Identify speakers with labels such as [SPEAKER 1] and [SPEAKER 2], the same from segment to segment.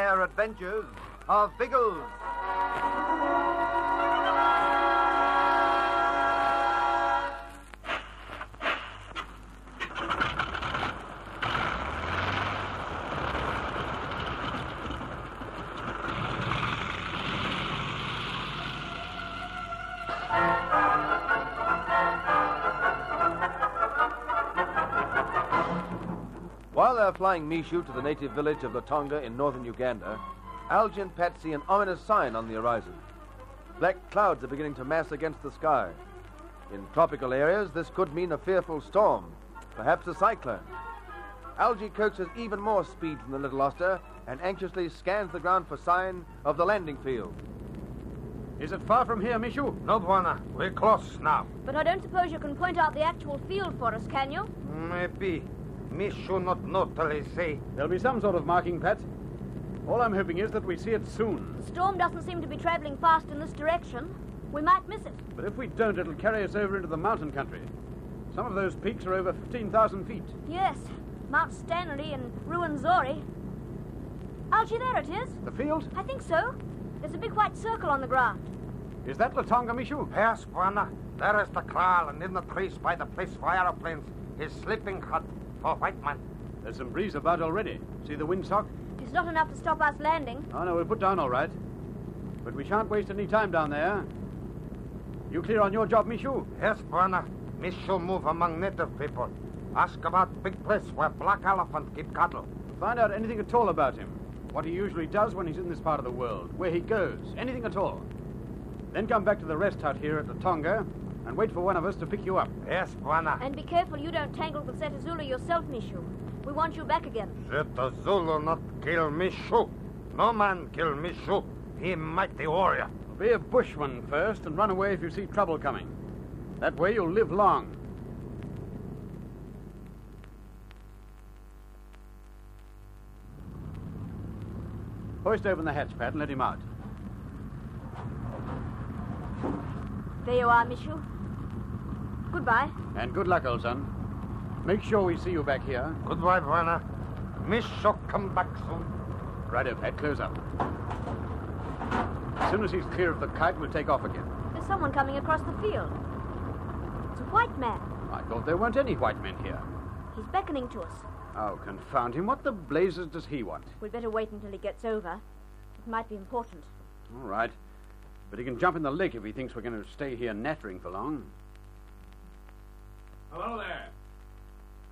[SPEAKER 1] Adventures of Biggles. While they're flying Mishu to the native village of Latonga in northern Uganda, Algy and Pat see an ominous sign on the horizon. Black clouds are beginning to mass against the sky. In tropical areas, this could mean a fearful storm, perhaps a cyclone. Algy coaxes even more speed from the little Oster and anxiously scans the ground for sign of the landing field.
[SPEAKER 2] Is it far from here, Mishu?
[SPEAKER 3] No, Bwana. We're close now.
[SPEAKER 4] But I don't suppose you can point out the actual field for us, can you?
[SPEAKER 3] Maybe. Me should not know till I say.
[SPEAKER 2] There'll be some sort of marking, Pat. All I'm hoping is that we see it soon.
[SPEAKER 4] The storm doesn't seem to be traveling fast in this direction. We might miss it.
[SPEAKER 2] But if we don't, it'll carry us over into the mountain country. Some of those peaks are over 15,000 feet.
[SPEAKER 4] Yes, Mount Stanley and Ruwenzori. Algy, there it is.
[SPEAKER 2] The field?
[SPEAKER 4] I think so. There's a big white circle on the ground.
[SPEAKER 2] Is that Latonga, Mishu?
[SPEAKER 3] Yes, Bwana. There is the kraal, and in the trees by the place for aeroplanes, his sleeping hut for white man.
[SPEAKER 2] There's some breeze about already. See the windsock?
[SPEAKER 4] It's not enough to stop us landing.
[SPEAKER 2] Oh, no, we'll put down all right. But we shan't waste any time down there. You clear on your job, Michu?
[SPEAKER 3] Yes, Bwana. Me should move among native people. Ask about big place where black elephant keep cattle.
[SPEAKER 2] Find out anything at all about him. What he usually does when he's in this part of the world, where he goes, anything at all. Then come back to the rest hut here at the Tonga and wait for one of us to pick you up.
[SPEAKER 3] Yes, Bwana.
[SPEAKER 4] And be careful you don't tangle with Zeta Zulu yourself, Mishu. We want you back again.
[SPEAKER 3] Let the Zulu not kill me shoe. No man kill me shoe. He mighty warrior.
[SPEAKER 2] Be a bushman first and run away if you see trouble coming. That way you'll live long. Hoist open the hatch, Pat, and let him out.
[SPEAKER 4] There you are, Mishu. Goodbye.
[SPEAKER 2] And good luck, old son. Make sure we see you back here.
[SPEAKER 3] Goodbye, Bwana. Me should come back soon.
[SPEAKER 2] Righto, Pat, close up. As soon as he's clear of the kite, we'll take off again.
[SPEAKER 4] There's someone coming across the field. It's a white man.
[SPEAKER 2] I thought there weren't any white men here.
[SPEAKER 4] He's beckoning to us.
[SPEAKER 2] Oh, confound him. What the blazes does he want?
[SPEAKER 4] We'd better wait until he gets over. It might be important.
[SPEAKER 2] All right. But he can jump in the lake if he thinks we're going to stay here nattering for long.
[SPEAKER 5] Hello there.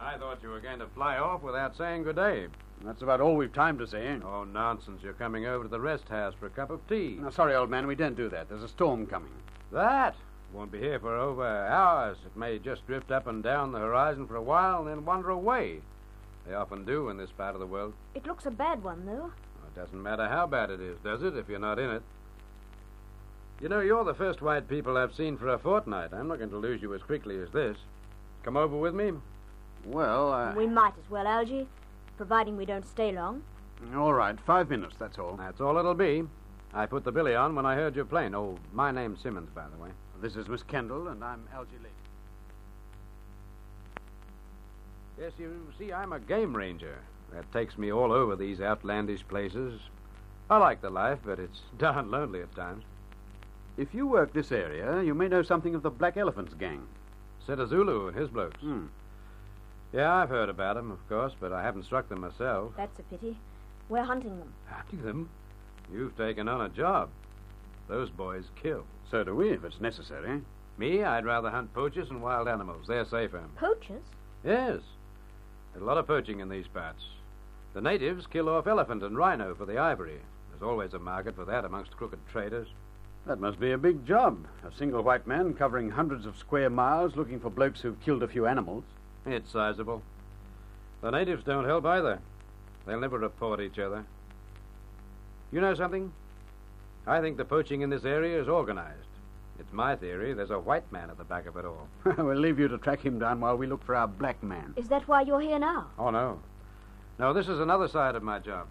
[SPEAKER 5] I thought you were going to fly off without saying good day.
[SPEAKER 2] That's about all we've time to say.
[SPEAKER 5] Oh, nonsense. You're coming over to the rest house for a cup of tea.
[SPEAKER 2] No, sorry, old man, we don't do that. There's a storm coming.
[SPEAKER 5] That won't be here for over hours. It may just drift up and down the horizon for a while and then wander away. They often do in this part of the world.
[SPEAKER 4] It looks a bad one, though.
[SPEAKER 5] It doesn't matter how bad it is, does it, if you're not in it? You know, you're the first white people I've seen for a fortnight. I'm not going to lose you as quickly as this. Come over with me.
[SPEAKER 2] Well, uh,
[SPEAKER 4] We might as well, Algy, providing we don't stay long.
[SPEAKER 2] all right, five minutes, that's all.
[SPEAKER 5] That's all it'll be. I put the billy on when I heard your plane. Oh, my name's Simmons, by the way.
[SPEAKER 2] This is Miss Kendall, and I'm Algie Lake.
[SPEAKER 5] Yes, you see, I'm a game ranger. That takes me all over these outlandish places. I like the life, but it's darn lonely at times.
[SPEAKER 2] If you work this area, you may know something of the Black Elephants gang.
[SPEAKER 5] Said a Zulu and his blokes.
[SPEAKER 2] Hmm.
[SPEAKER 5] Yeah, I've heard about them, of course, but I haven't struck them myself.
[SPEAKER 4] That's a pity. We're hunting them.
[SPEAKER 5] Hunting them? You've taken on a job. Those boys kill.
[SPEAKER 2] So do we, if it's necessary.
[SPEAKER 5] Me, I'd rather hunt poachers and wild animals. They're safer.
[SPEAKER 4] Poachers?
[SPEAKER 5] Yes. There's a lot of poaching in these parts. The natives kill off elephant and rhino for the ivory. There's always a market for that amongst crooked traders.
[SPEAKER 2] That must be a big job. A single white man covering hundreds of square miles looking for blokes who've killed a few animals.
[SPEAKER 5] It's sizable. The natives don't help either. They'll never report each other. You know something? I think the poaching in this area is organized. It's my theory there's a white man at the back of it all.
[SPEAKER 2] we'll leave you to track him down while we look for our black man.
[SPEAKER 4] Is that why you're here now?
[SPEAKER 5] Oh, no. No, this is another side of my job.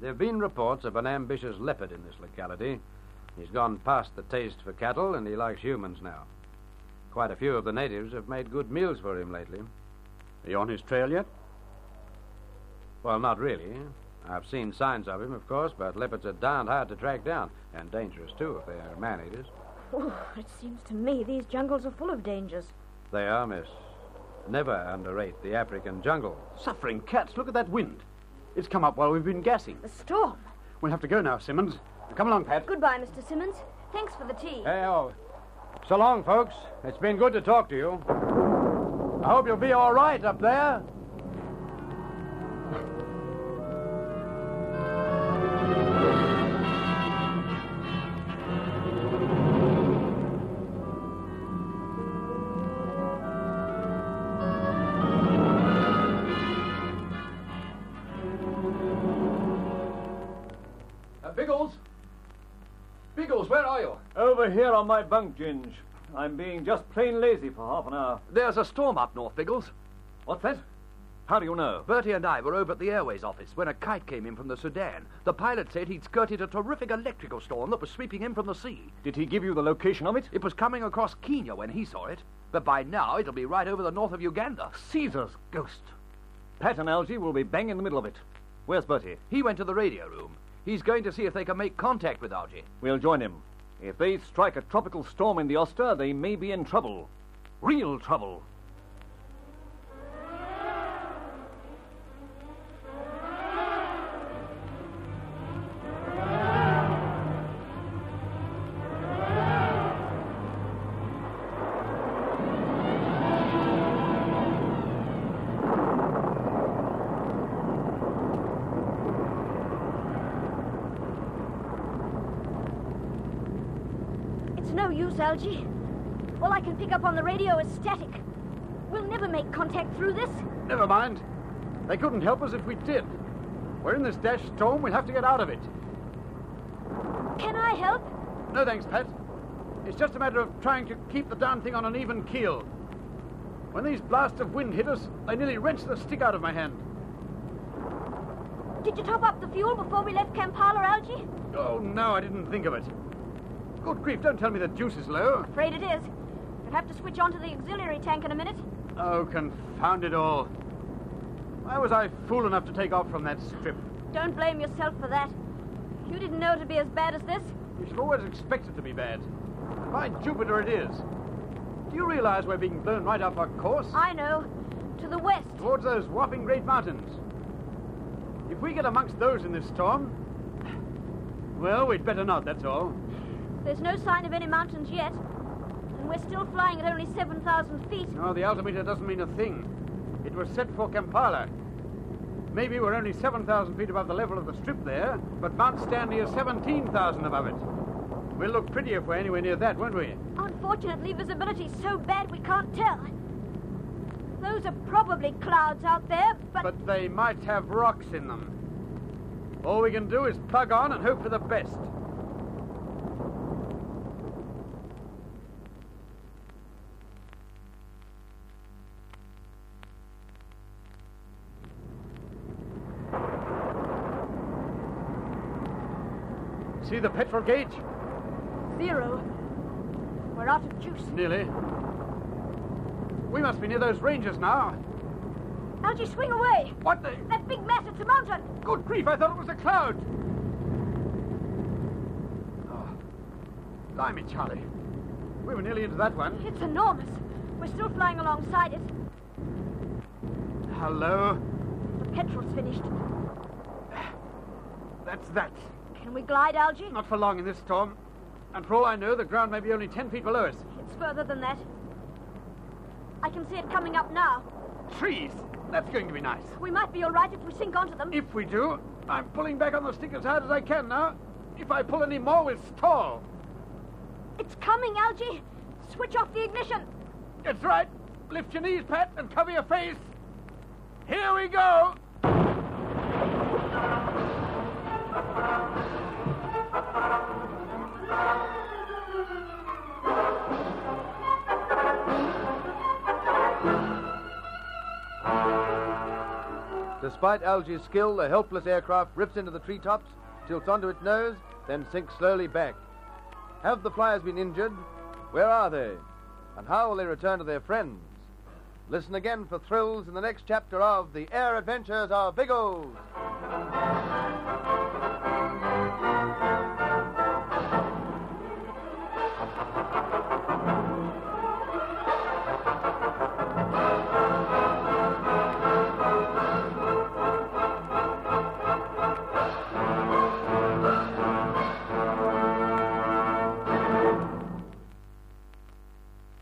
[SPEAKER 5] There have been reports of an ambitious leopard in this locality. He's gone past the taste for cattle, and he likes humans now. Quite a few of the natives have made good meals for him lately.
[SPEAKER 2] Are you on his trail yet?
[SPEAKER 5] Well, not really. I've seen signs of him, of course, but leopards are darned hard to track down, and dangerous, too, if they are man eaters.
[SPEAKER 4] Oh, it seems to me these jungles are full of dangers.
[SPEAKER 5] They are, miss. Never underrate the African jungle.
[SPEAKER 2] Suffering cats, look at that wind. It's come up while we've been gassing.
[SPEAKER 4] The storm.
[SPEAKER 2] We'll have to go now, Simmons. Come along, Pat.
[SPEAKER 4] Goodbye, Mr. Simmons. Thanks for the tea.
[SPEAKER 2] Uh.
[SPEAKER 5] Hey, oh. So long, folks. It's been good to talk to you.
[SPEAKER 2] I hope you'll be all right up there.
[SPEAKER 6] Uh, Biggles? Biggles, where are you?
[SPEAKER 7] Over here on my bunk, Ginge. I'm being just plain lazy for half an hour.
[SPEAKER 6] There's a storm up north, Biggles.
[SPEAKER 7] What's that? How do you know?
[SPEAKER 6] Bertie and I were over at the airways office when a kite came in from the Sudan. The pilot said he'd skirted a terrific electrical storm that was sweeping in from the sea.
[SPEAKER 7] Did he give you the location of it?
[SPEAKER 6] It was coming across Kenya when he saw it, but by now it'll be right over the north of Uganda. Caesar's ghost.
[SPEAKER 7] Pat and Algie will be bang in the middle of it. Where's Bertie?
[SPEAKER 6] He went to the radio room. He's going to see if they can make contact with Algie.
[SPEAKER 7] We'll join him. If they strike a tropical storm in the Oster, they may be in trouble. Real trouble.
[SPEAKER 4] It's no use, Algie. All I can pick up on the radio is static. We'll never make contact through this.
[SPEAKER 2] Never mind. They couldn't help us if we did. We're in this dash storm. We'll have to get out of it.
[SPEAKER 4] Can I help?
[SPEAKER 2] No thanks, Pat. It's just a matter of trying to keep the darn thing on an even keel. When these blasts of wind hit us, they nearly wrenched the stick out of my hand.
[SPEAKER 4] Did you top up the fuel before we left Kampala, Algie?
[SPEAKER 2] Oh, no, I didn't think of it. Good grief, don't tell me the juice is low.
[SPEAKER 4] Afraid it is. You'll have to switch on to the auxiliary tank in a minute.
[SPEAKER 2] Oh, confound it all. Why was I fool enough to take off from that strip?
[SPEAKER 4] Don't blame yourself for that. You didn't know it'd be as bad as this.
[SPEAKER 2] You should always expect it to be bad. By Jupiter, it is. Do you realize we're being blown right off our course?
[SPEAKER 4] I know. To the west.
[SPEAKER 2] Towards those whopping great mountains. If we get amongst those in this storm, well, we'd better not, that's all.
[SPEAKER 4] There's no sign of any mountains yet. And we're still flying at only 7,000 feet.
[SPEAKER 2] No, the altimeter doesn't mean a thing. It was set for Kampala. Maybe we're only 7,000 feet above the level of the strip there, but Mount Stanley is 17,000 above it. We'll look pretty if we're anywhere near that, won't we?
[SPEAKER 4] Unfortunately, visibility's so bad we can't tell. Those are probably clouds out there, but,
[SPEAKER 2] But they might have rocks in them. All we can do is plug on and hope for the best. See the petrol gauge?
[SPEAKER 4] zero. We're out of juice.
[SPEAKER 2] Nearly. We must be near those ranges now.
[SPEAKER 4] Algie, swing away.
[SPEAKER 2] What the?
[SPEAKER 4] That big mass, it's a mountain.
[SPEAKER 2] Good grief, I thought it was a cloud. Oh, blimey, Charlie. We were nearly into that one.
[SPEAKER 4] It's enormous. We're still flying alongside it.
[SPEAKER 2] Hello.
[SPEAKER 4] The petrol's finished.
[SPEAKER 2] That's that.
[SPEAKER 4] Can we glide, Algie?
[SPEAKER 2] Not for long in this storm. And for all I know, the ground may be only ten feet below us.
[SPEAKER 4] It's further than that. I can see it coming up now.
[SPEAKER 2] Trees! That's going to be nice.
[SPEAKER 4] We might be all right if we sink onto them.
[SPEAKER 2] If we do, I'm pulling back on the stick as hard as I can now. If I pull any more, we'll stall.
[SPEAKER 4] It's coming, Algie. Switch off the ignition.
[SPEAKER 2] That's right. Lift your knees, Pat, and cover your face. Here we go.
[SPEAKER 1] Despite Algie's skill, the helpless aircraft rips into the treetops, tilts onto its nose, then sinks slowly back. Have the flyers been injured? Where are they? And how will they return to their friends? Listen again for thrills in the next chapter of The Air Adventures of Biggles.